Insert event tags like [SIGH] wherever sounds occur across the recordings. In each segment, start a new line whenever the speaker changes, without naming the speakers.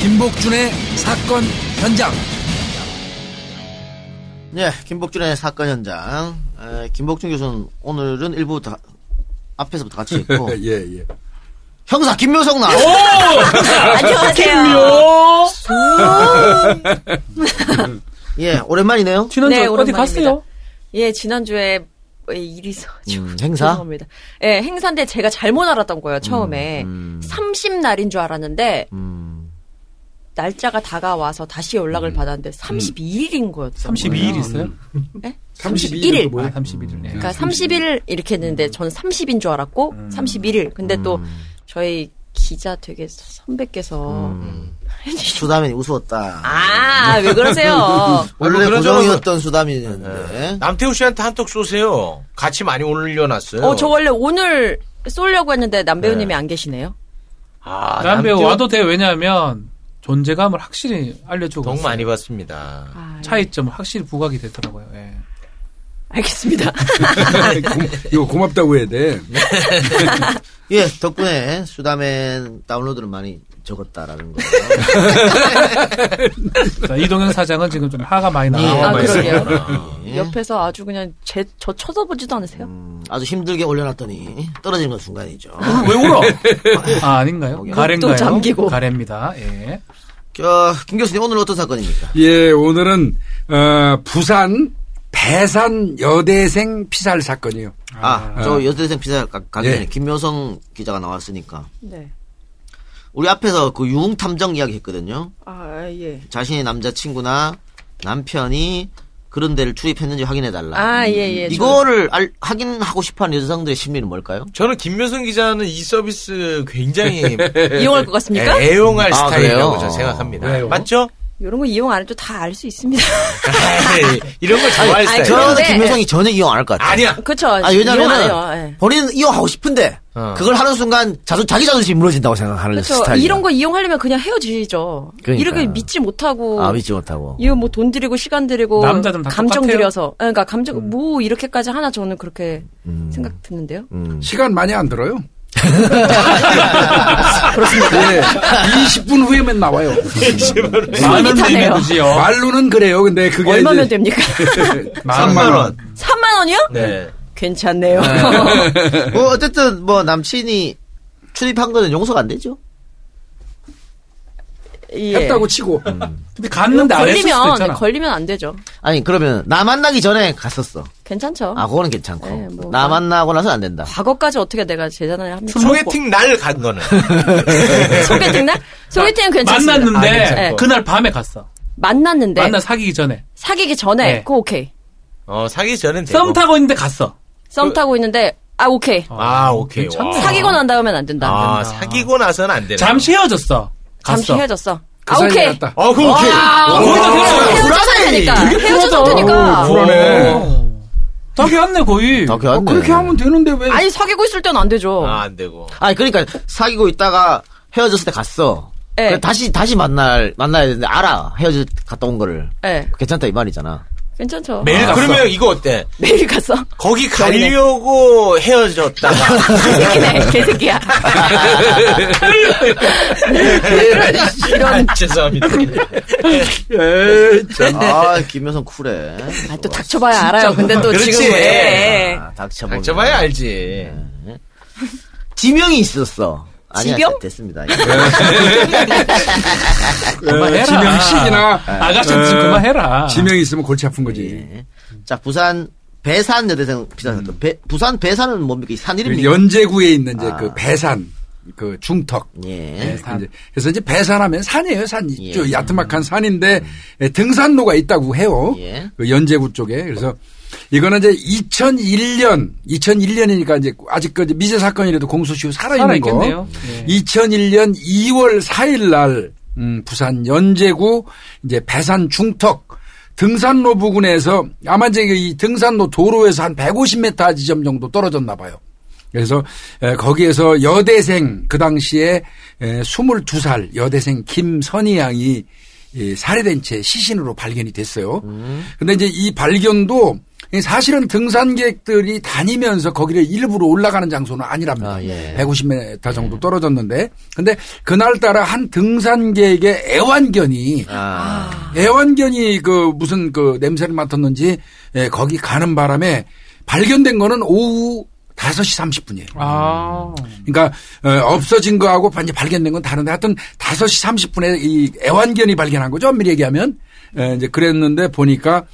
김복준의 사건 현장.
네, 김복준의 사건 현장. 에, 김복준 교수는 오늘은 일부 다, 앞에서부터 같이 있고
[LAUGHS] 예, 예.
형사 김묘성 나.
안녕하세요.
예, 오랜만이네요.
지난주
네,
어디
오랜만입니다.
갔어요?
예, 지난주에 뭐 일이 있어가지고.
음, 행사?
죄송합니다. 예, 행사인데 제가 잘못 알았던 거예요, 처음에. 30날인 줄 알았는데,
음.
음,
날짜가 다가와서 다시 연락을
음.
받았는데, 32일인 거였어요.
32일 있어요?
네?
31일.
31일.
뭐예요? 31일. 음. 네.
그러니까 30일 이렇게 했는데, 저는 30인 줄 알았고, 31일. 근데 또,
음.
저희 기자 되게 선배께서.
음.
음. 수담이 우스웠다.
아, 왜
[LAUGHS]
그러세요?
원래
뭐 그런
고정이었던
네.
수담이었는데.
남태우 씨한테 한턱 쏘세요. 같이 많이 올려놨어요.
어, 저 원래 오늘 쏠려고 했는데, 남배우님이 안 계시네요?
아,
남배우
남태우
와도 돼. 왜냐하면 존재감을 확실히 알려주고
덕
있어요.
많이 봤습니다.
아, 예.
차이점을 확실히 부각이 되더라고요. 예.
알겠습니다.
이거 고맙다고 해야 돼.
예, 덕분에 수담의 다운로드는 많이 적었다라는 거.
[LAUGHS]
자, 그러니까 이동현 사장은 지금 좀 하가 많이
예.
나와.
아,
아,
그러게요.
예.
옆에서 아주 그냥 제, 저 쳐다보지도 않으세요?
음, 아주 힘들게 올려놨더니 떨어지는 건 순간이죠.
왜 울어? [LAUGHS] 아, 아닌가요? 가래인가요?
잠기고.
가래입니다. 예.
저, 김 교수님 오늘 어떤 사건입니까?
예, 오늘은 어, 부산 배산 여대생 피살 사건이요.
아, 저 여대생 피자 가- 가기
예.
전에 김묘성 기자가 나왔으니까.
네.
우리 앞에서 그 유흥탐정 이야기 했거든요.
아, 예.
자신의 남자친구나 남편이 그런 데를 출입했는지 확인해달라.
아, 예, 예.
이거를 알- 확인하고 싶어하는 여성들의 심리는 뭘까요?
저는 김묘성 기자는 이 서비스 굉장히
저
예,
이용할 것 같습니까?
애- 애용할
아,
스타일이라고
그래요?
저는 생각합니다.
왜요?
맞죠? [LAUGHS]
이런 거 이용 안 해도 다 알
[LAUGHS]
수 있습니다.
에이, 이런 걸 좋아할
아니,
스타일.
저는-
저는
그런데-
김효성이 전혀 이용 안 할 것 같아요.
아니야.
그쵸.
아니,
이용 안
왜냐면은
해요. 예.
본인은 이용하고 싶은데
어.
그걸 하는 순간 자존, 자기 자존심이 무너진다고 생각하는
그렇죠.
스타일이에요.
이런 거 이용하려면 그냥 헤어지죠.
그러니까요.
이렇게 믿지 못하고.
아, 믿지 못하고.
이거 뭐 돈 들이고 시간 들이고
남자들은 다
감정
똑같아요.
들여서 아, 그러니까 감정
음.
뭐 이렇게까지 하나 저는 그렇게 생각 드는데요.
음.
시간 많이 안 들어요.
[LAUGHS]
그렇습니다. 예, 20분 후에면 나와요.
만원
손이 타네요.
드리면 되지요.
말로는 그래요. 근데 그게
얼마면
이제
됩니까? [LAUGHS]
[LAUGHS]
3만 원.
3만 원이요?
네.
괜찮네요.
뭐 어쨌든 뭐 남친이 출입한 거는 용서가 안 되죠.
[LAUGHS] 예.
했다고 치고
음.
근데 갔는데 안 했을 수도
걸리면
있잖아.
걸리면 안 되죠.
아니 그러면 나 만나기 전에 갔었어.
괜찮죠.
아 그거는 괜찮고
네, 뭐.
나 만나고 나서 안 된다.
과거까지 어떻게 내가 재산을 합니까?
소개팅 날 간 거는.
소개팅 날? 소개팅은 괜찮습니다.
그러니까
네.
만났는데
아, 괜찮고.
그날 밤에 갔어.
만났는데
만나 사귀기 전에
사귀기 전에
네.
그거 오케이.
어, 사기 전엔 되고.
썸 타고 있는데 갔어.
썸 타고 있는데 아 오케이.
아, 오케이.
괜찮네.
와.
사귀고 난 다음엔 안 된다.
아, 사귀고 나서는 안 되네.
잠시 헤어졌어. 갔어.
잠시 헤어졌어.
그
아
사이에
오케이. 아,
갔다.
어, 그럼 오케이.
아, 거기다 헤어졌어.
헤어졌으니까. 헤어졌으니까.
그러네.
다 걔였네 거의.
아, 그래,
어, 그렇게 하면 되는데
뭐.
왜?
아니 사귀고 있을 땐 안 되죠.
아, 안 되고.
아니 그러니까 사귀고 있다가 헤어졌을 때 갔어.
예.
그래, 다시 다시 만날 만나야 되는데 알아 헤어질 갔다 온 거를
예.
괜찮다 이 말이잖아.
괜찮죠.
매일
갔어.
그러면 이거 어때?
매일 갔어. [LAUGHS] 아,
거기 가려고 헤어졌다가 [LAUGHS]
개새끼네. 개새끼야.
네, 이런 아, 죄송합니다.
아 김여성 쿨해. 네.
아, 또 닥쳐봐야 네. 알아요. 근데 또 예.
그렇지.
지금 왜?
아, 닥쳐보면.
닥쳐봐야 알지.
지명이 있었어. 아니야,
지병?
됐습니다.
그만해라.
어, 지명식이나
예,
어,
아가씨 지금 그만해라.
지명이 있으면 골치 아픈 거지.
예. 자 부산 배산 여대생 비싼 사건. 배- 부산 배산은 뭡니까? 이산
그
이름이.
연제구에 있는 이제
아.
그 배산 그 중턱
예.
이제 그래서 이제 배산하면 산이에요 산 있죠
예.
야트막한 산인데 예, 등산로가 있다고 해요
예.
그 연제구 쪽에 그래서 이거는 이제 2001년 2001년이니까 이제 아직까지 미제 사건이라도 공소시효 살아 있는
살아있겠네요.
거
예.
2001년 2월 4일 날 음, 부산 연제구 이제 배산 중턱 등산로 부근에서 아마 이제 이 등산로 도로에서 한 150m 지점 정도 떨어졌나 봐요. 그래서 에, 거기에서 여대생 그 당시에 에, 22살 여대생 김선희
음.
양이 이 살해된 채 시신으로 발견이 됐어요. 근데 이제 이 발견도 이 사실은 등산객들이 다니면서 거기를 일부러 올라가는 장소는 아니랍니다.
아, 예.
150m 정도 떨어졌는데. 근데 그날따라 한 등산객의 애완견이
아.
애완견이 그 무슨 그 냄새를 맡았는지 예, 거기 가는 바람에 발견된 거는 오후 5시 30분이에요.
아.
그러니까 어, 없어진 거하고 이제 발견된 건 다른데 하여튼 5시 30분에 이 애완견이 발견한 거죠. 엄밀히 얘기하면. 예, 이제 그랬는데 보니까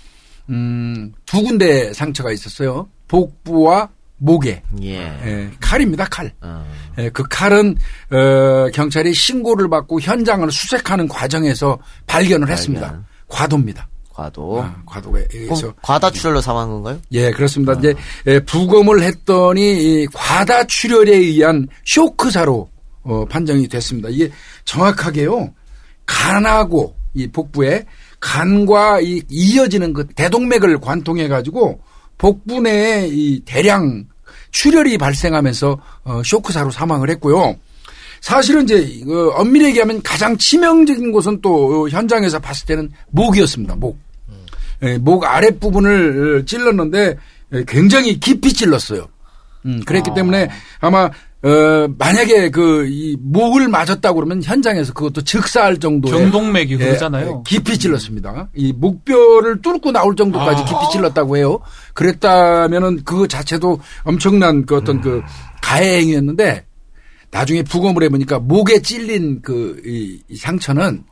음, 두 군데 상처가 있었어요. 복부와 목에.
예.
예, 칼입니다, 칼.
어.
예, 그 칼은 어, 경찰이 신고를 받고 현장을 수색하는 과정에서 발견을 했습니다.
발견.
과도입니다.
과도.
아, 과도에 의해서
그럼 과다 출혈로 사망한 건가요?
예, 그렇습니다. 이제 예, 부검을 했더니 이 과다 출혈에 의한 쇼크사로 어, 판정이 됐습니다. 이게 정확하게요. 간하고 이 복부에 간과 이 이어지는 그 대동맥을 관통해 가지고 복부 내에 이 대량 출혈이 발생하면서 어, 쇼크사로 사망을 했고요. 사실은 이제 이거 엄밀히 얘기하면 가장 치명적인 곳은 또 어, 현장에서 봤을 때는 목이었습니다. 목. 예, 목 아랫부분을 찔렀는데 예, 굉장히 깊이 찔렀어요. 음, 그랬기 때문에 아마 어, 만약에 그 이 목을 맞았다고 그러면 현장에서 그것도 즉사할 정도의
경동맥이
예,
그러잖아요.
예, 깊이 찔렀습니다. 이 목뼈를 뚫고 나올
아.
정도까지 깊이 찔렀다고 해요. 그랬다면은 그 자체도 엄청난 그 어떤
음.
그 가해 행위였는데 나중에 부검을 해보니까 목에 찔린 그 이, 이 상처는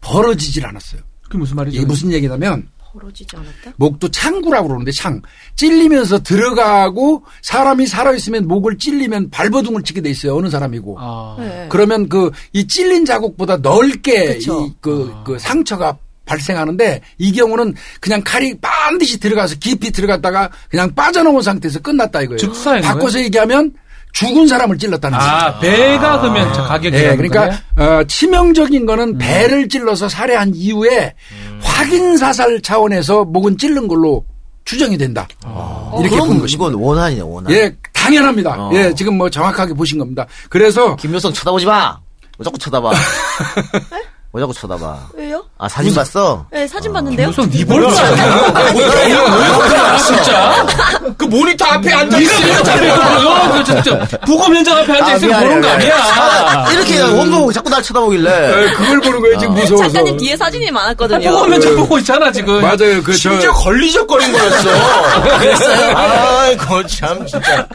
벌어지질 않았어요.
그게 무슨 말이죠?
이게 예, 무슨 얘기냐면
벌어지지 않았다?
목도 창구라고 그러는데 창 찔리면서 들어가고 사람이 살아있으면 목을 찔리면 발버둥을 치게 돼 있어요 어느 사람이고
아.
네.
그러면 그 이 찔린 자국보다 넓게
그쵸.
이 그
아.
그 상처가 발생하는데 이 경우는 그냥 칼이 반드시 들어가서 깊이 들어갔다가 그냥 빠져나온 상태에서 끝났다 이거예요.
즉사인 거예요?
바꿔서 얘기하면 죽은 사람을 찔렀다는 거죠.
아, 배가 그러면 자, 가격이
예,
나는
그러니까
거네?
어, 치명적인 거는 배를 찔러서 살해한 이후에 확인 사살 차원에서 목은 찔른 걸로 추정이 된다. 어, 이렇게
그럼
본 것입니다.
이건 원한이네, 원한.
예, 당연합니다.
아. 어.
예, 지금 뭐 정확하게 보신 겁니다. 그래서
김효성 쳐다보지 마. 왜 자꾸 쳐다봐? 왜 자꾸 쳐다봐?
왜요?
아 사진 봤어?
네, 사진 봤는데요.
무슨
아,
니 벌써 진짜?
그 모니터 앞에 앉아
니가 그랬잖아요. 그 진짜 보검 현장 앞에 앉아 있으면
미안해,
그런 거
미안해.
아니야.
아, 이렇게 원고 보고 자꾸 날 쳐다보길래.
예, 그걸 보는 거예요.
아.
지금 무서워서.
네, 작가님 뒤에 사진이 많았거든요.
아, 보검 현장 보고 있잖아 지금.
맞아요. 그 저
심지어 걸리적거린 거였어. 그랬어요? 아이고, 참, 진짜.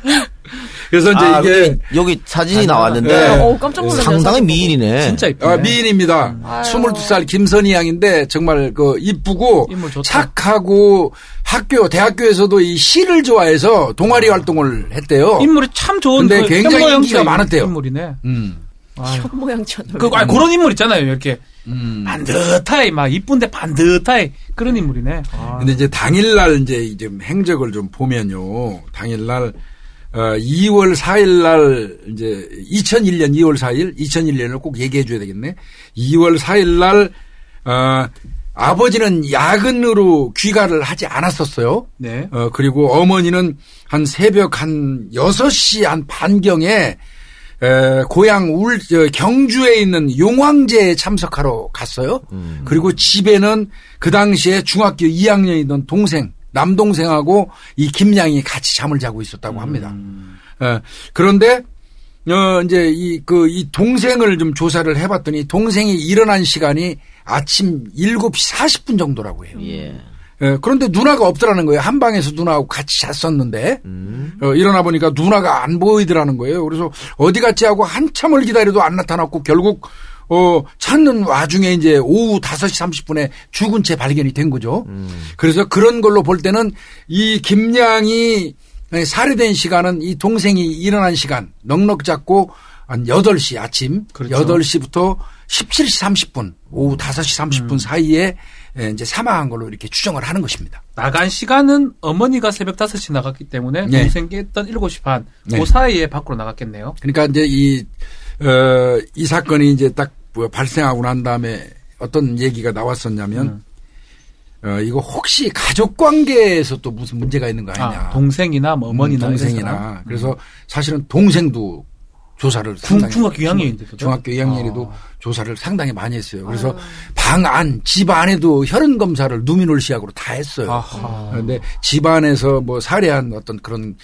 그래서 이제
아,
이게
여기, 여기 사진이 나왔는데
네.
어, 깜짝 놀랐네요.
상당히
사진 보고.
미인이네.
진짜 이쁘네.
아, 미인입니다. 22살 김선희 양인데 정말 그 이쁘고
인물 좋다.
착하고 학교 대학교에서도 이 시를 좋아해서 동아리 활동을 했대요.
인물이 참 좋은
근데
그
굉장히
현모양처
인기가 많았대요.
인물이네.
음.
아유.
현모양처럼.
그, 아, 그런 인물 있잖아요. 이렇게
음.
반듯하이 막 이쁜데 반듯하이 그런 인물이네. 아.
근데 이제 당일날 이제 이 지금 행적을 좀 보면요. 당일날 어, 2월 4일날 이제 2001년 2월 4일 2001년을 꼭 얘기해 줘야 되겠네. 2월 4일날 어, 아버지는 야근으로 귀가를 하지 않았었어요.
네.
어, 그리고 어머니는 한 새벽 한 6시 한 반경에 에, 고향 울, 저, 경주에 있는 용왕제에 참석하러 갔어요. 그리고 집에는 그 당시에 중학교 2학년이던 동생, 남동생하고 이 김양이 같이 잠을 자고 있었다고 합니다. 어, 그런데 어, 이제 이, 그, 이 동생을 좀 조사를 해봤더니 동생이 일어난 시간이 아침 7시 40분 정도라고 해요.
예.
예, 그런데 누나가 없더라는 거예요. 한 방에서 누나하고 같이 잤었는데
음.
어, 일어나 보니까 누나가 안 보이더라는 거예요. 그래서 어디 갔지 하고 한참을 기다려도 안 나타났고 결국 어, 찾는 와중에 이제 오후 5시 30분에 죽은 채 발견이 된 거죠.
음.
그래서 그런 걸로 볼 때는 이 김양이 살해된 시간은 이 동생이 일어난 시간 넉넉 잡고 한 8시 아침
그렇죠.
8시부터 17시 30분 오후 5시 30분 사이에 예, 이제 사망한 걸로 이렇게 추정을 하는 것입니다.
나간 시간은 어머니가 새벽 5시 나갔기 때문에
네.
동생 깼던 7시 반.
네.
그 사이에 밖으로 나갔겠네요.
그러니까 이제 이, 어, 이 사건이 이제 딱뭐 발생하고 난 다음에 어떤 얘기가 나왔었냐면 어, 이거 혹시 가족 관계에서 또 무슨 문제가 있는 거 아니냐.
아, 동생이나 뭐 어머니나
음, 동생이나. 그래서 사실은 동생도 조사를
중-
상당히
중학교 2학년인데, 그죠? 아.
중학교 2학년에도 조사를 상당히 많이 했어요. 그래서 방 안, 집 안에도 혈흔 검사를 누미놀시약으로 다 했어요.
아하.
그런데 집안에서 뭐 살해한 어떤 그런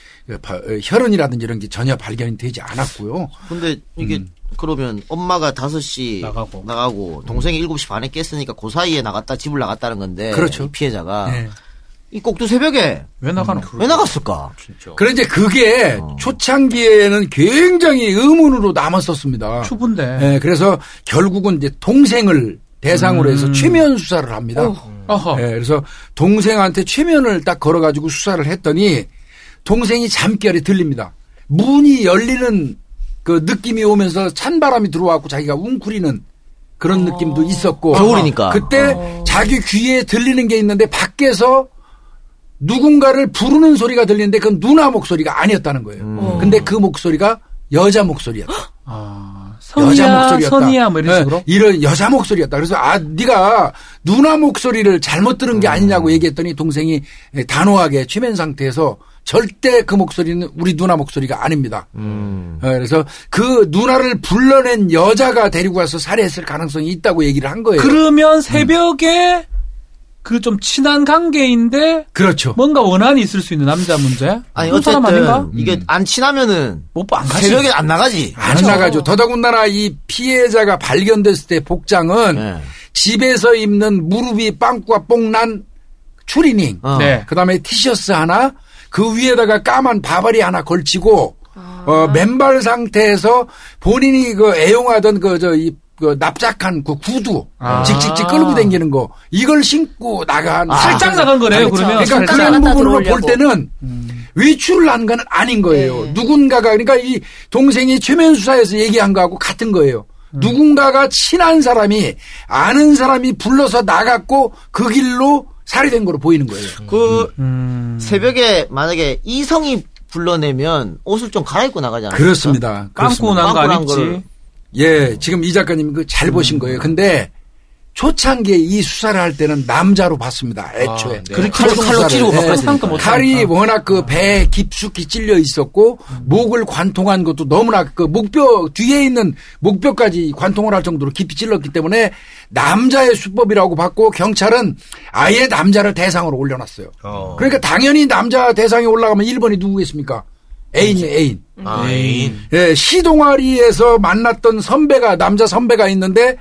바- 혈흔이라든지 이런 게 전혀 발견이 되지 않았고요.
근데 이게 그러면 엄마가 5시
나가고.
동생이 7시 반에 깼으니까 그 사이에 나갔다 집을 나갔다는 건데
그렇죠.
이 피해자가
네.
이 꼭두 새벽에
왜
음,
나가노?
왜 나갔을까?
그렇죠.
그런데 이제 그게
어.
초창기에는 굉장히 의문으로 남았었습니다.
추분데.
예, 그래서 결국은 이제 동생을 대상으로 해서
음.
최면 수사를 합니다.
아하.
예, 그래서 동생한테 최면을 딱 걸어가지고 수사를 했더니 동생이 잠결에 들립니다. 문이 열리는 그 느낌이 오면서 찬 바람이 들어와갖고 자기가 웅크리는 그런 느낌도 있었고
겨울이니까.
그때 자기 귀에 들리는 게 있는데 밖에서 누군가를 부르는 소리가 들리는데 그건 누나 목소리가 아니었다는 거예요.
음.
근데 그 목소리가 여자 목소리였다.
아,
여자
선이야,
목소리였다.
선이야, 뭐 이런
네,
식으로.
이런 여자 목소리였다. 그래서 아, 네가 누나 목소리를 잘못 들은
음.
게 아니냐고 얘기했더니 동생이 단호하게 최면 상태에서 절대 그 목소리는 우리 누나 목소리가 아닙니다.
음.
어, 그래서 그 누나를 불러낸 여자가 데리고 와서 살해했을 가능성이 있다고 얘기를 한 거예요.
그러면 새벽에 그 좀 친한 관계인데
그렇죠.
뭔가 원한이 있을 수 있는 남자 문제?
아니
그런 사람 아닌가?
어쨌든 이게
음.
안 친하면은
못안 가지.
새벽에 안 나가지.
안
그렇죠.
나가죠. 더더군다나 이 피해자가 발견됐을 때 복장은
네.
집에서 입는 무릎이 빵꾸가 뽕난 추리닝.
어.
네.
그 다음에 티셔츠 하나, 그 위에다가 까만 바바리 하나 걸치고, 어, 맨발 상태에서 본인이 그 애용하던 그, 저, 이, 그 납작한 그 구두,
아.
직직직 끌고 다니는 거, 이걸 신고 나간.
살짝 나간 거네요, 그러면.
그러니까
살짝. 음.
그런
나갔다
부분으로 볼
들어오려고.
때는 외출을 한 건 아닌 거예요.
네.
누군가가, 그러니까 이 동생이 최면 수사에서 얘기한 거하고 같은 거예요.
음.
누군가가 친한 사람이 아는 사람이 불러서 나갔고 그 길로 살해된 거로 보이는 거예요.
그
음.
새벽에 만약에 이성이 불러내면 옷을 좀 갈아입고 나가지 않아요?
그렇습니다.
깜고
그렇습니다.
난 거
깜고 난
아니지.
거를.
예, 지금 이 작가님 그 잘 보신 거예요. 근데 초창기에 이 수사를 할 때는 남자로 봤습니다. 애초에.
네.
칼로
칼로
수사를.
찌르고
예.
바꿨으니까.
상도 못
칼이
하니까.
워낙 그 배에 깊숙이 찔려 있었고 목을 관통한 것도 너무나 그 목뼈 뒤에 있는 목뼈까지 관통을 할 정도로 깊이 찔렀기 때문에 남자의 수법이라고 봤고 경찰은 아예 남자를 대상으로 올려놨어요.
어.
그러니까 당연히 남자 대상에 올라가면 1번이 누구겠습니까? 애인이 애인.
아, 애인.
예, 시동아리에서 만났던 선배가 남자 선배가 있는데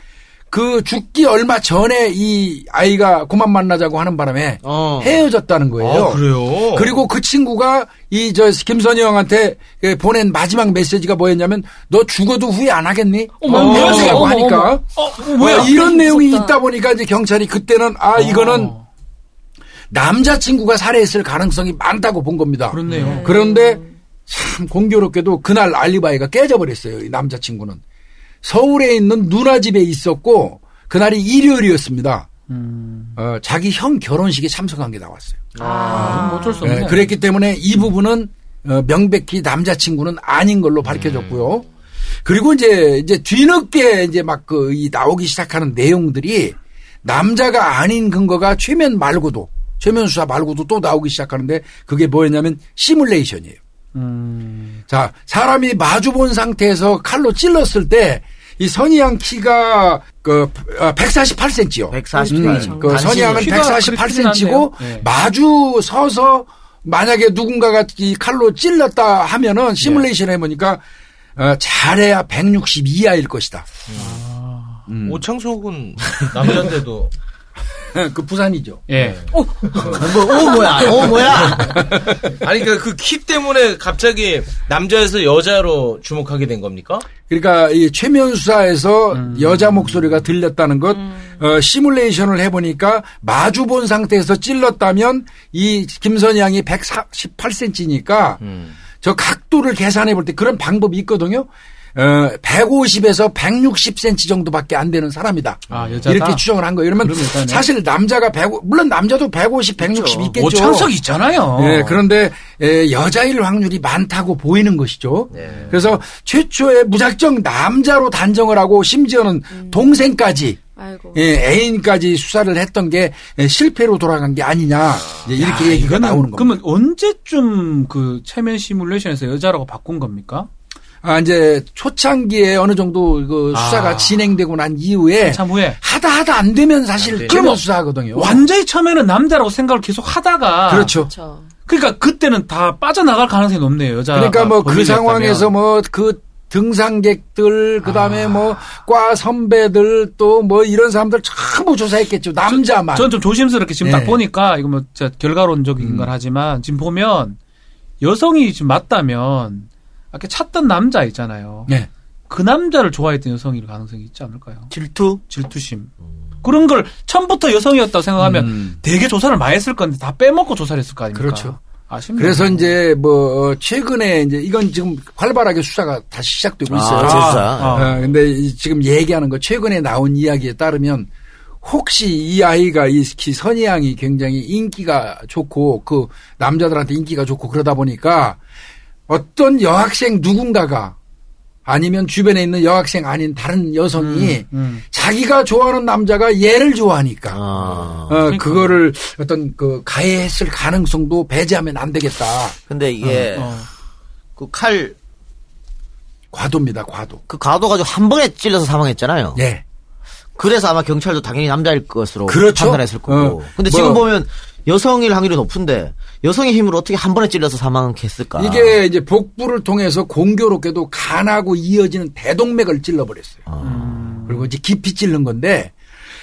그 죽기 얼마 전에 이 아이가 그만 만나자고 하는 바람에
어.
헤어졌다는 거예요.
아, 그래요?
리고그 친구가 이 저 김선희 형한테 예, 보낸 마지막 메시지가 뭐였냐면 너 죽어도 후회 안 하겠니?
어머,
헤어지라고 뭐
어머,
하니까
어머. 어, 뭐야?
어, 이런 내용이
무섭다.
있다 보니까 이제 경찰이 그때는 아 이거는
어.
남자친구가 살해했을 가능성이 많다고 본 겁니다.
그렇네요. 네.
그런데 참 공교롭게도 그날 알리바이가 깨져버렸어요. 이 남자친구는. 서울에 있는 누나 집에 있었고 그날이 일요일이었습니다.
음.
어, 자기 형 결혼식에 참석한 게 나왔어요.
아, 뭐 어쩔 수 없네.
예, 그랬기 때문에 이 부분은 어, 명백히 남자친구는 아닌 걸로 밝혀졌고요.
음.
그리고 이제 이제 뒤늦게 이제 막 그 나오기 시작하는 내용들이 남자가 아닌 근거가 최면 말고도 최면 수사 말고도 또 나오기 시작하는데 그게 뭐였냐면 시뮬레이션이에요.
음.
자, 사람이 마주 본 상태에서 칼로 찔렀을 때, 이 선희양 키가 그
148.
148cm요. 그
당신이
선희양은
키가 그렇게 크진
148cm고
않네요. 네.
마주 서서 만약에 누군가가 이 칼로 찔렀다
네.
하면은 시뮬레이션 해보니까 어, 잘해야 160 이하일 것이다. [LAUGHS]
음. 오창석은 남자인데도
그 부산이죠.
예.
뭐, 오 뭐야? 오 뭐야?
아니 그러니까 그 키 때문에 갑자기 남자에서 여자로 주목하게 된 겁니까?
그러니까 이 최면 수사에서
음.
여자 목소리가 들렸다는 것, 어, 시뮬레이션을 해보니까 마주 본 상태에서 찔렀다면 이 김선희 양이 148cm니까
음.
저 각도를 계산해 볼 때 그런 방법이 있거든요. 어, 150에서 160cm 정도밖에 안 되는 사람이다.
아, 여자다?
이렇게 추정을 한 거예요. 그러면
그럼 여자네. 그렇죠.
사실 남자가 100, 물론 남자도 150, 160 있겠죠.
오창석 있잖아요.
예, 그런데 예, 여자일 확률이 많다고 보이는 것이죠.
네.
그래서 최초에 무작정 남자로 단정을 하고 심지어는 동생까지
아이고.
예, 애인까지 수사를 했던 게 예, 실패로 돌아간 게 아니냐 이렇게 얘기가
이거는
나오는 겁니다.
그러면 언제쯤 그 체면 시뮬레이션에서 여자라고 바꾼 겁니까?
아, 이제 초창기에 어느 정도 그 수사가
아.
진행되고 난 이후에
참 후에
하다 하다 안 되면 사실
안 되죠.
끌면 수사하거든요.
완전히 처음에는 남자라고 생각을 계속 하다가
그렇죠.
그렇죠.
그러니까 그때는 다 빠져나갈 가능성이 높네요. 여자
그러니까 뭐 그 상황에서 뭐 그 등산객들
아.
그다음에 뭐 과 선배들 또 뭐 이런 사람들 전부 조사했겠죠. 남자만.
전좀 조심스럽게 지금
네. 음.
딱 보니까 이거 뭐 진짜 결과론적인 건 하지만 지금 보면 여성이 지금 맞다면 아까 찾던 남자 있잖아요.
네.
그 남자를 좋아했던 여성일 가능성이 있지 않을까요?
질투?
질투심 그런 걸 처음부터 여성이었다고 생각하면
음.
되게 조사를 많이 했을 건데 다 빼먹고 조사를 했을 거 아닙니까?
그렇죠.
아쉽네요.
그래서 이제 뭐 최근에 이제 이건 지금 활발하게 수사가 다시 시작되고 있어요.
아, 재수사.
아.
어, 근데 이- 지금 얘기하는 거 최근에 나온 이야기에 따르면 혹시 이 아이가 이 기선이양이 굉장히 인기가 좋고 그 남자들한테 인기가 좋고 그러다 보니까 어떤 여학생 누군가가 아니면 주변에 있는 여학생 아닌 다른 여성이
음.
자기가 좋아하는 남자가 얘를 좋아하니까
아.
어, 그거를 어떤 그 가해했을 가능성도 배제하면 안 되겠다.
근데
예.
이게
어.
그 칼,
과도입니다, 과도.
그 가도 가지고 한 번에 찔러서 사망했잖아요.
네.
예.
그래서 아마 경찰도 당연히 남자일 것으로
그렇죠.
판단했을 거고.
어.
근데
뭐.
지금 보면 여성일 확률이 높은데 여성의 힘으로 어떻게 한 번에 찔러서 사망했을까?
이게 이제 복부를 통해서 공교롭게도 간하고 이어지는 대동맥을 찔러버렸어요.
아.
그리고 이제 깊이 찔른 건데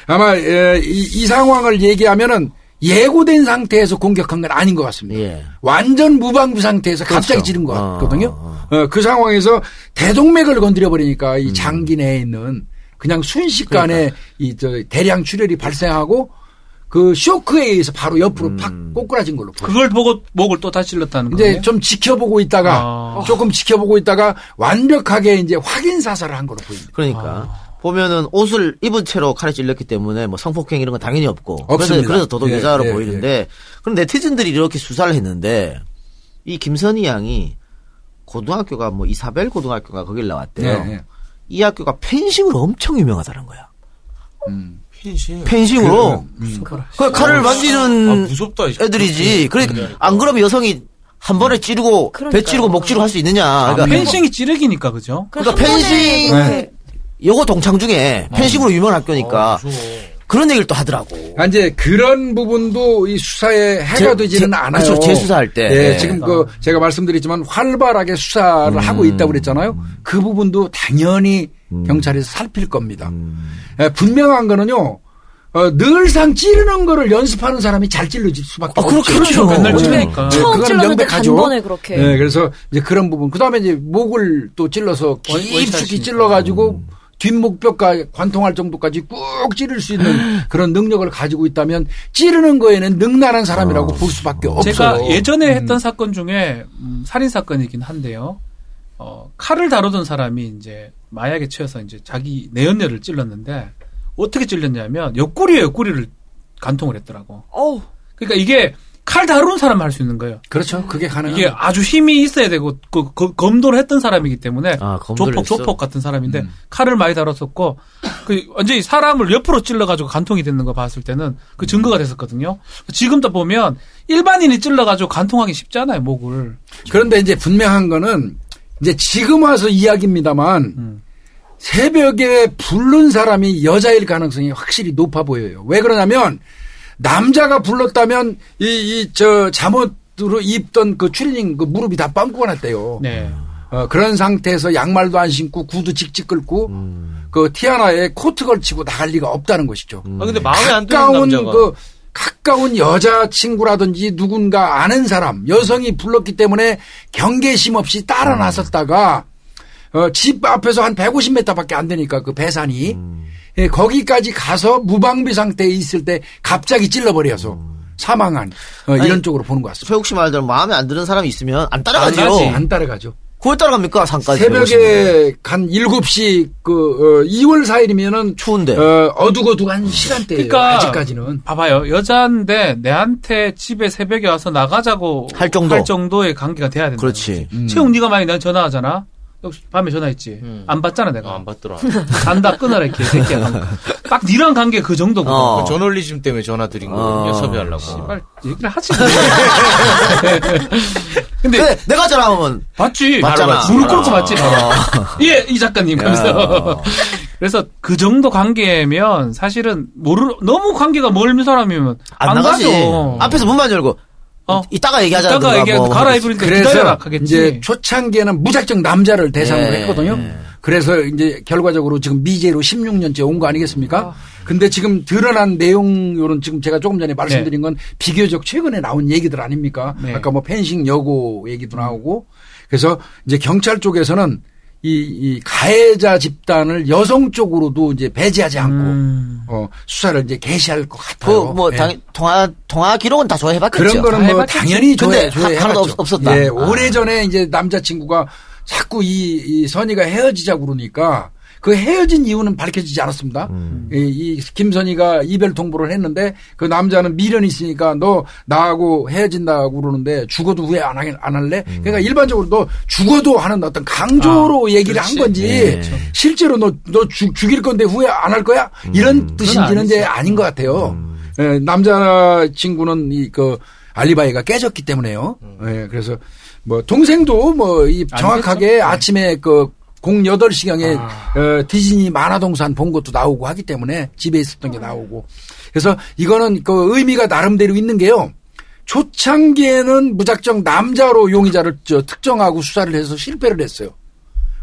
아마 에, 이, 이 상황을 얘기하면은 예고된 상태에서 공격한 건 아닌 것 같습니다.
예.
완전 무방비 상태에서 갑자기
그렇죠.
찌른 것
어,
같거든요.
어. 음.
어, 그 상황에서 대동맥을 건드려 버리니까 이 장기 내에 있는 그냥 순식간에
그러니까.
이 저 대량 출혈이 발생하고 그 쇼크에 의해서 바로
음.
옆으로 팍 꼬꾸라진 걸로 보여요.
그걸 보고 목을 또 다시 찔렀다는 거예요.
이제 좀 지켜보고 있다가
네. 아.
조금 지켜보고 있다가 완벽하게 이제 확인 사살을 한 걸로 보입니다.
그러니까 보면은 옷을 입은 채로 칼에 찔렸기 때문에 뭐 성폭행 이런 건 당연히 없고 그래서
없습니다.
그래서 더더욱
예,
여자로
예,
보이는데 그럼 네티즌들이 이렇게 수사를 했는데 이 김선희 양이 고등학교가 뭐 이사벨 고등학교가 거길 나왔대요.
예, 예.
이 학교가 펜싱으로 엄청 유명하다는 거야.
음,
펜싱.
펜싱으로 그 칼을
아,
만지는
무섭다. 이제.
애들이지. 그러니까 안 그러면 여성이 한 번에 찌르고 배
그러니까요.
찌르고 목 찌르고 할 수
아,
있느냐. 그러니까
펜싱이 찌르기니까 그죠?
그래서
그러니까
한 번에
펜싱-
이렇게
요거 동창 중에 펜싱으로 유명한
아,
학교니까
무서워.
그런 얘기를 또 하더라고.
아, 이제 그런 부분도 이 수사에 해가
제-
되지는
제-
않아요.
그렇죠. 재수사할 때.
예,
예.
지금 그 제가 말씀드렸지만 활발하게 수사를
음.
하고 있다고 그랬잖아요. 그 부분도 당연히 경찰에서 살필 겁니다.
음.
예, 분명한 거는요. 어, 늘상 찌르는 거를 연습하는 사람이 잘 찌르지 수밖에
아,
없죠.
그렇겠죠.
맨날
어,
찌르니까.
예,
처음
그건
찔렀는데
명백하죠.
단번에 그렇게.
예, 그래서 이제 그런 부분. 그 다음에 이제 목을 또 찔러서
원-
깊숙이
원샷이니까. 음.
찔러가지고 뒷목뼈까지 관통할 정도까지 꾹 찌를 수 있는 그런 능력을 가지고 있다면 찌르는 거에는 능란한 사람이라고 볼 수밖에 없어요.
아,
음.
제가 예전에 했던 사건 중에 음, 살인 사건이긴 한데요. 어, 칼을 다루던 사람이 이제 마약에 취해서 이제 자기 내연녀를 찔렀는데 어떻게 찔렸냐면 옆구리에 옆구리를 간통을 했더라고.
어우,
그러니까 이게 칼 다루는 사람 할 수 있는 거예요.
그렇죠. 그게 가능한
이게 아주 힘이 있어야 되고 그, 그 검도를 했던 사람이기 때문에
아,
조폭
검도를 했어? 음.
조폭 같은 사람인데 칼을 많이 다뤘었고 그 완전히 사람을 옆으로 찔러가지고 간통이 되는 거 봤을 때는 그 증거가
음.
됐었거든요. 지금도 보면 일반인이 찔러가지고 간통하기 쉽잖아요 목을.
그런데 이제 분명한 거는 이제 지금 와서 이야기입니다만
음.
새벽에 부른 사람이 여자일 가능성이 확실히 높아 보여요. 왜 그러냐면 남자가 불렀다면 이 이 저 잠옷으로 입던 그 추리닝 그 무릎이 다 빵꾸가 났대요.
네.
어, 그런 상태에서 양말도 안 신고 구두 직직 끌고 그 티아나에 코트 걸치고 나갈 리가 없다는 것이죠.
아, 근데 마음에 안 드는
가까운
남자가.
그 가까운 여자 친구라든지 누군가 아는 사람 여성이 불렀기 때문에 경계심 없이 따라 나섰다가 어, 집 앞에서 한 150m밖에 안 되니까 그 배산이 예, 거기까지 가서 무방비 상태에 있을 때 갑자기 찔러버려서 사망한 어, 이런
아니,
쪽으로 보는 것 같습니다.
최욱 씨 말대로 마음에 안 드는 사람이 있으면 안 따라가죠.
안 가지.
안 따라가죠.
그걸 따라갑니까 산까지? 배우시는데.
새벽에 한 7시 그 어, 2월 4일이면은
추운데.
어, 어둑어둑한
네.
시간대예요.
그러니까
아직까지는.
봐봐요 여자인데 내한테 집에 새벽에 와서 나가자고
할 정도.
의 관계가 돼야 된다.
그렇지. 음.
채용 네가 많이 나한테 전화하잖아. 역시 밤에 전화했지.
음.
안 받잖아 내가.
어,
아, 안 받더라.
간다 끊어라 이 개새끼야. 딱 니랑 관계 그 정도고.
어.
그 저널리즘 어. 때문에 전화 드린 거거든요.
어.
섭외하려고.
씨발 얘기를 하지. 뭐. [LAUGHS] 근데
근데 내가 전화하면
봤지.
맞잖아.
바로 무릎 꿇고
아.
봤지. 바로. [LAUGHS] 예, 이 작가님. 그래서.
야.
그래서 그 정도 관계면 사실은 모르 너무 관계가 멀은 사람이면
안, 나가지.
가죠.
앞에서 문만 열고
어.
이따가 얘기하자.
이따가
하든가
얘기하면
뭐
가라 입으니까 기다려라
그래서
하겠지. 네.
이제 초창기에는 무작정 남자를 대상으로
예.
했거든요. 그래서 이제 결과적으로 지금 미제로 16년째 온 거 아니겠습니까?
아.
근데 지금 드러난 내용 요런 지금 제가 조금 전에 말씀드린 건 비교적 최근에 나온 얘기들 아닙니까?
네.
아까 뭐 펜싱 여고 얘기도 나오고 그래서 이제 경찰 쪽에서는 이, 이 가해자 집단을 여성 쪽으로도 이제 배제하지 않고
음.
어, 수사를 이제 개시할 것 같아요.
그뭐
예.
당 통화 통화 기록은 다 조회해봤겠죠.
그런 거는 뭐
해봤겠지.
당연히
근데
조회, 조회
하- 하나도 없- 없었다.
예,
아.
오래전에 이제 남자친구가 자꾸 이, 이 선이가 헤어지자고 그러니까 그 헤어진 이유는 밝혀지지 않았습니다. 이, 이 김선이가 이별 통보를 했는데 그 남자는 미련이 있으니까 너 나하고 헤어진다고 그러는데 죽어도 후회 안, 하긴- 안 할래? 그러니까 일반적으로 너 죽어도 하는 어떤 강조로 얘기를 한 건지
아, 예.
실제로 너, 너 죽, 죽일 건데 후회 안 할 거야? 이런 뜻인지는 이제 아닌 것 같아요. 예, 남자 친구는 이 그 알리바이가 깨졌기 때문에요. 예, 그래서 뭐 동생도 뭐 이 정확하게 아침에 그공 8시경에 어, 디즈니 만화동산 본 것도 나오고 하기 때문에 집에 있었던 게 나오고. 그래서 이거는 그 의미가 나름대로 있는 게요. 초창기에는 무작정 남자로 용의자를 저 특정하고 수사를 해서 실패를 했어요.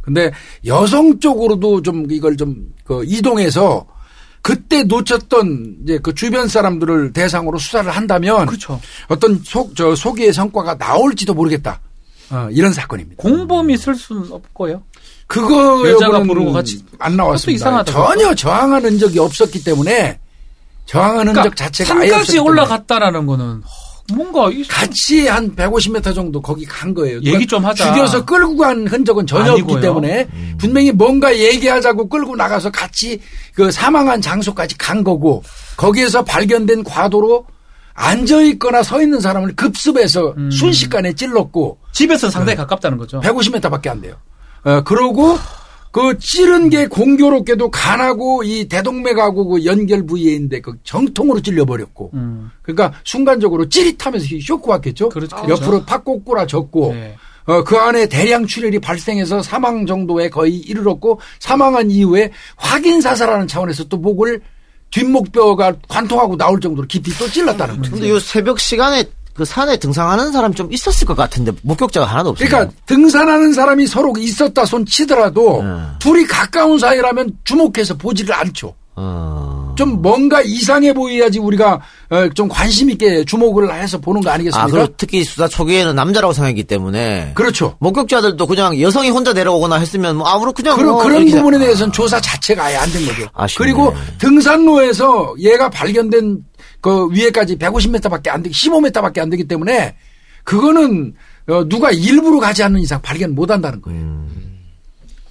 근데 여성 쪽으로도 좀 이걸 좀 그 이동해서 그때 놓쳤던 이제 그 주변 사람들을 대상으로 수사를 한다면
그렇죠.
어떤 속 저 소기의 성과가 나올지도 모르겠다. 어, 이런 사건입니다.
공범이 있을 수는 없고요.
그거
여자가
여부는
부르고 같이
안 나왔습니다.
그것도 이상하다,
전혀 저항하는 적이 없었기 때문에 저항하는
그러니까
적 자체가 아예 없었기
산까지
때문에
올라갔다라는 거는 허, 뭔가 이-
같이 한 150m 정도 거기 간 거예요. 누가
얘기 좀 하자.
죽여서 끌고 간 흔적은 전혀
아니고요. 음.
없기 때문에 분명히 뭔가 얘기하자고 끌고 나가서 같이 그 사망한 장소까지 간 거고 거기에서 발견된 과도로 앉아 있거나 서 있는 사람을 급습해서
음.
순식간에 찔렀고
집에서 상당히 가깝다는 거죠.
150m밖에 안 돼요. 어, 그러고 그 찌른
음.
게 공교롭게도 간하고 이 대동맥하고 그 연결 부위인데 그 정통으로 찔려버렸고
음.
그러니까 순간적으로 찌릿하면서 쇼크 왔겠죠.
그렇겠죠.
옆으로 팍 꼬꾸라졌고
네.
어, 그 안에 대량 출혈이 발생해서 사망 정도에 거의 이르렀고 사망한 이후에 확인 사살하는 차원에서 또 목을 뒷목뼈가 관통하고 나올 정도로 깊이 또 찔렀다는 거죠.
근데 요 새벽 시간에 그 산에 등산하는 사람 좀 있었을 것 같은데 목격자가 하나도 없어요.
그러니까 등산하는 사람이 서로 있었다 손 치더라도
음.
둘이 가까운 사이라면 주목해서 보지를 않죠.
어.
좀 뭔가 이상해 보여야지 우리가 어, 좀 관심 있게 주목을 해서 보는 거
아,
아니겠습니까?
그리고 특히 수사 초기에는 남자라고 생각했기 때문에
그렇죠.
목격자들도 그냥 여성이 혼자 내려오거나 했으면 뭐 아무렇 그냥
그런
뭐
그런
이렇게
부분에 대해서는 조사 자체가 아예 안 된 거죠.
아쉽네.
그리고 등산로에서 얘가 발견된 그 위에까지 150m밖에 안 되기 15m밖에 안 되기 때문에 그거는 어, 누가 일부러 가지 않는 이상 발견 못 한다는 거예요.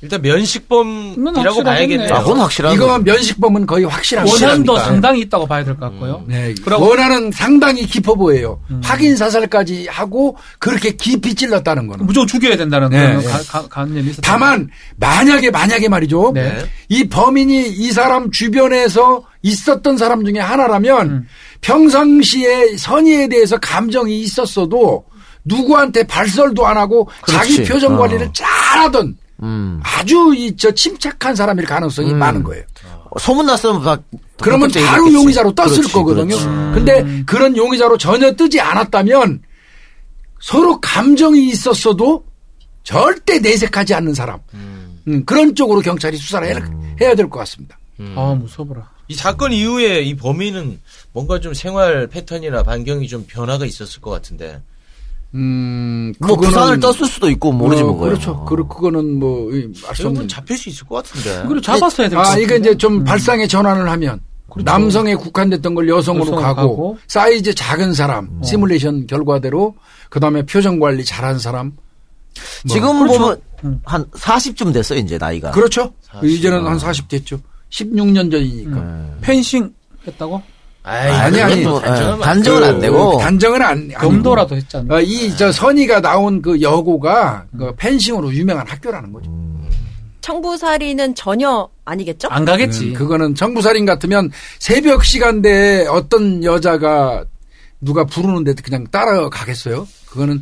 일단 면식범이라고
확실하겠네요.
봐야겠네요.
아, 그건 확실한
이거는 면식범은 거의 확실한
원한도
거랍니다.
상당히 있다고 봐야 될 것 같고요.
네.
그럼- 음.
원한은 상당히 깊어 보여요. 확인 사살까지 하고 그렇게 깊이 찔렀다는 거는.
무조건 죽여야 된다는
네,
그런
네.
가- 가- 관념이 있었다.
다만 만약에 만약에 말이죠.
네.
이 범인이 이 사람 주변에서 있었던 사람 중에 하나라면
음.
평상시에 선의에 대해서 감정이 있었어도 누구한테 발설도 안 하고
그렇지.
자기 표정
어.
관리를 잘하던
음.
아주 이 저 침착한 사람일 가능성이 많은 거예요.
어, 소문났으면 막
그러면
목격자
바로
얘기했겠지.
용의자로 떴을
그렇지,
거거든요.
그렇지.
근데 그런 용의자로 전혀 뜨지 않았다면 서로 감정이 있었어도 절대 내색하지 않는 사람. 음, 그런 쪽으로 경찰이 수사를 해야,
음.
될 것 같습니다.
아
음.
무서워라.
이 사건 이후에 이 범인은 뭔가 좀 생활 패턴이나 반경이 좀 변화가 있었을 것 같은데.
음,
뭐 부산을 떴을 수도 있고 모르지 뭐
그렇죠. 그, 그거는 뭐, 알수 없는.
이건 잡힐 수 있을 것 같은데.
이걸 잡았어야 될것
아,
같아요.
이게 이제
음.
좀 발상의 전환을 하면
그렇죠.
남성에 국한됐던 걸 여성으로
여성으로
가고,
가고.
사이즈 작은
음.
사람 시뮬레이션 결과대로 그다음에 표정 관리 잘한 사람
지금 보면
음.
한 40쯤 됐어 이제 나이가.
그렇죠.
사십.
이제는 한 40 됐죠. 16년 전이니까.
음.
네. 펜싱 했다고?
아이,
아니,
그건
아니.
또 단정하면 안
뭐, 예, 단정은
돼요.
안 되고.
그 단정은 안 아니고.
염도라도 했지 않나?
어, 이저 선이가 나온 그 여고가
음.
그 펜싱으로 유명한 학교라는 거죠.
청부살이는 전혀 아니겠죠?
안 가겠지.
음, 그거는 정부살인 같으면 새벽 시간대에 어떤 여자가 누가 부르는데 그냥 따라가겠어요? 그거는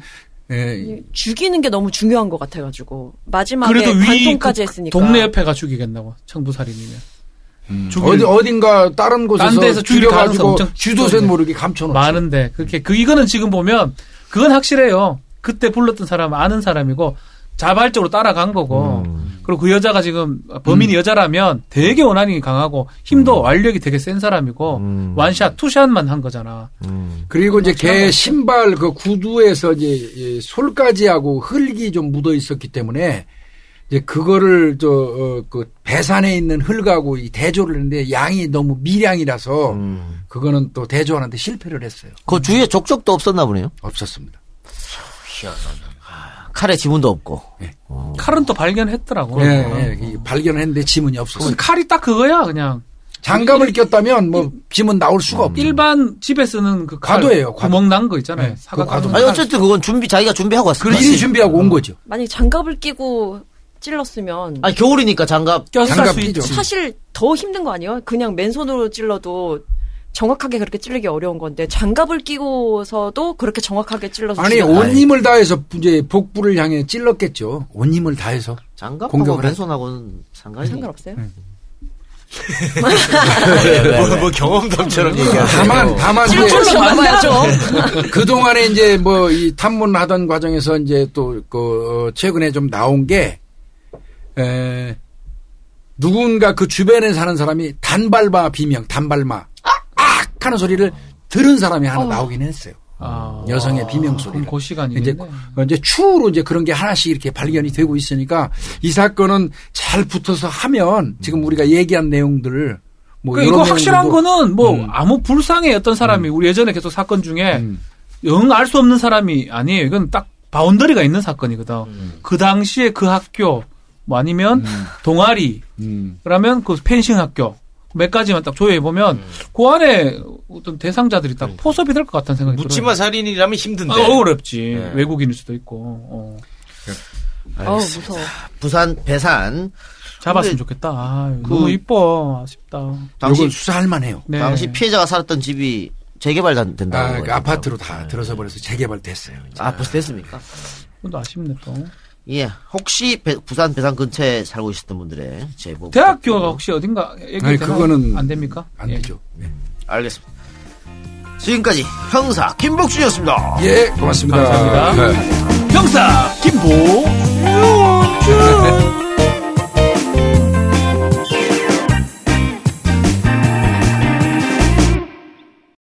예.
음.
죽이는 게 너무 중요한 것 같아가지고 마지막에
그래도 위
관통까지
그-
했으니까
동네 협회가 죽이겠나고 청부살인이면 죽일-
음. 어디 어딘가 다른
딴
곳에서
데서 죽일 가능성
줄여가지고
엄청
주도세는 모르게 감춰놓죠.
많은데 그렇게 그 이거는 지금 보면 그건 확실해요. 그때 불렀던 사람 아는 사람이고 자발적으로 따라간 거고
음.
그리고 그 여자가 지금 범인이 여자라면 되게 원한이 강하고 힘도
음.
완력이 되게 센 사람이고
음.
완샷 투샷만 한 거잖아.
음.
그리고 이제 개 신발 그 구두에서 이제 이 솔까지 하고 흙이 좀 묻어 있었기 때문에 이제 그거를 저 그 배산에 있는 흙하고 이 대조를 했는데 양이 너무 미량이라서 그거는 또 대조하는데 실패를 했어요.
그 주위에 족적도 없었나 보네요.
없었습니다.
칼에 지문도 없고.
어.
칼은 또 발견했더라고.
예, 예, 이 발견했는데 지문이
그
없었어요.
칼이 딱 그거야 그냥
장갑을 꼈다면 뭐 지문 나올 수가
음.
없죠.
일반 집에 쓰는 그 칼,
음. 과도예요, 과도.
구멍 난 거 있잖아요.
네,
사각
그 과도.
구멍.
아니 어쨌든 그건 준비 자기가 준비하고 왔어.
그걸 미리 준비하고 온 거죠.
만약에 장갑을 끼고 찔렀으면
아니 겨울이니까 장갑.
껴서
장갑
수
끼죠.
있지.
사실 더 힘든 거 아니에요? 그냥 맨손으로 찔러도 정확하게 그렇게 찔르기 어려운 건데 장갑을 끼고서도 그렇게 정확하게 찔러서
아니
죽였다.
온 힘을 다해서 이제 복부를 향해 찔렀겠죠. 온 힘을 다해서.
장갑하고
공격을 해?
왼손하고는 상관이.
상관없어요?
네,
뭐, 뭐
음.
경험담처럼 얘기하세요.
다만 다만 이제
찔러서 만나죠.
[LAUGHS] 그 동안에 이제 뭐 이 탐문하던 과정에서 이제 또그 어, 최근에 좀 나온 게 에, 누군가 그 주변에 사는 사람이 단발마 비명, 단발마 악 하는 소리를 들은 사람이 하나 나오긴 했어요.
아,
여성의 비명 소리를.
그럼 그 시간이겠네.
이제 그 이제 추후로 이제 그런 게 하나씩 이렇게 발견이 되고 있으니까 이 사건은 잘 붙어서 하면 지금 우리가 얘기한 내용들을 뭐
그러니까 이거
이런
확실한
내용들도
거는 뭐
음.
아무 불상의 어떤 사람이 우리 예전에 계속 사건 중에
음.
영 알 수 없는 사람이 아니에요. 이건 딱 바운더리가 있는 사건이거든. 그 당시에 그 학교 뭐 아니면 동아리
음.
그러면 그 펜싱 학교 몇 가지만 딱 조회해 보면 그 안에 어떤 대상자들이 딱 포섭이 될 것 같다는 생각이
묻지마
들어요.
살인이라면 힘든데.
아, 어렵지
네.
외국인일 수도 있고 어.
어우 무서워.
부산 배산
잡았으면
근데
좋겠다. 아,
그-
너무 이뻐 아쉽다.
이건
당시
수사할 만해요.
네.
당시 피해자가 살았던 집이 재개발 된- 된다고.
아, 그
그러더라고요.
아파트로
네.
다 들어서 버려서 재개발됐어요.
아 벌써 됐습니까?
또 아쉽네 또.
예. 혹시 배- 부산 배산 근처에 살고 있었던 분들의 제보.
대학교가 혹시 어딘가 얘기
아니, 그거는
안 됩니까?
안
예.
되죠. 네.
알겠습니다. 지금까지 형사 김복준이었습니다.
예, 고맙습니다.
감사합니다.
네.
형사 김보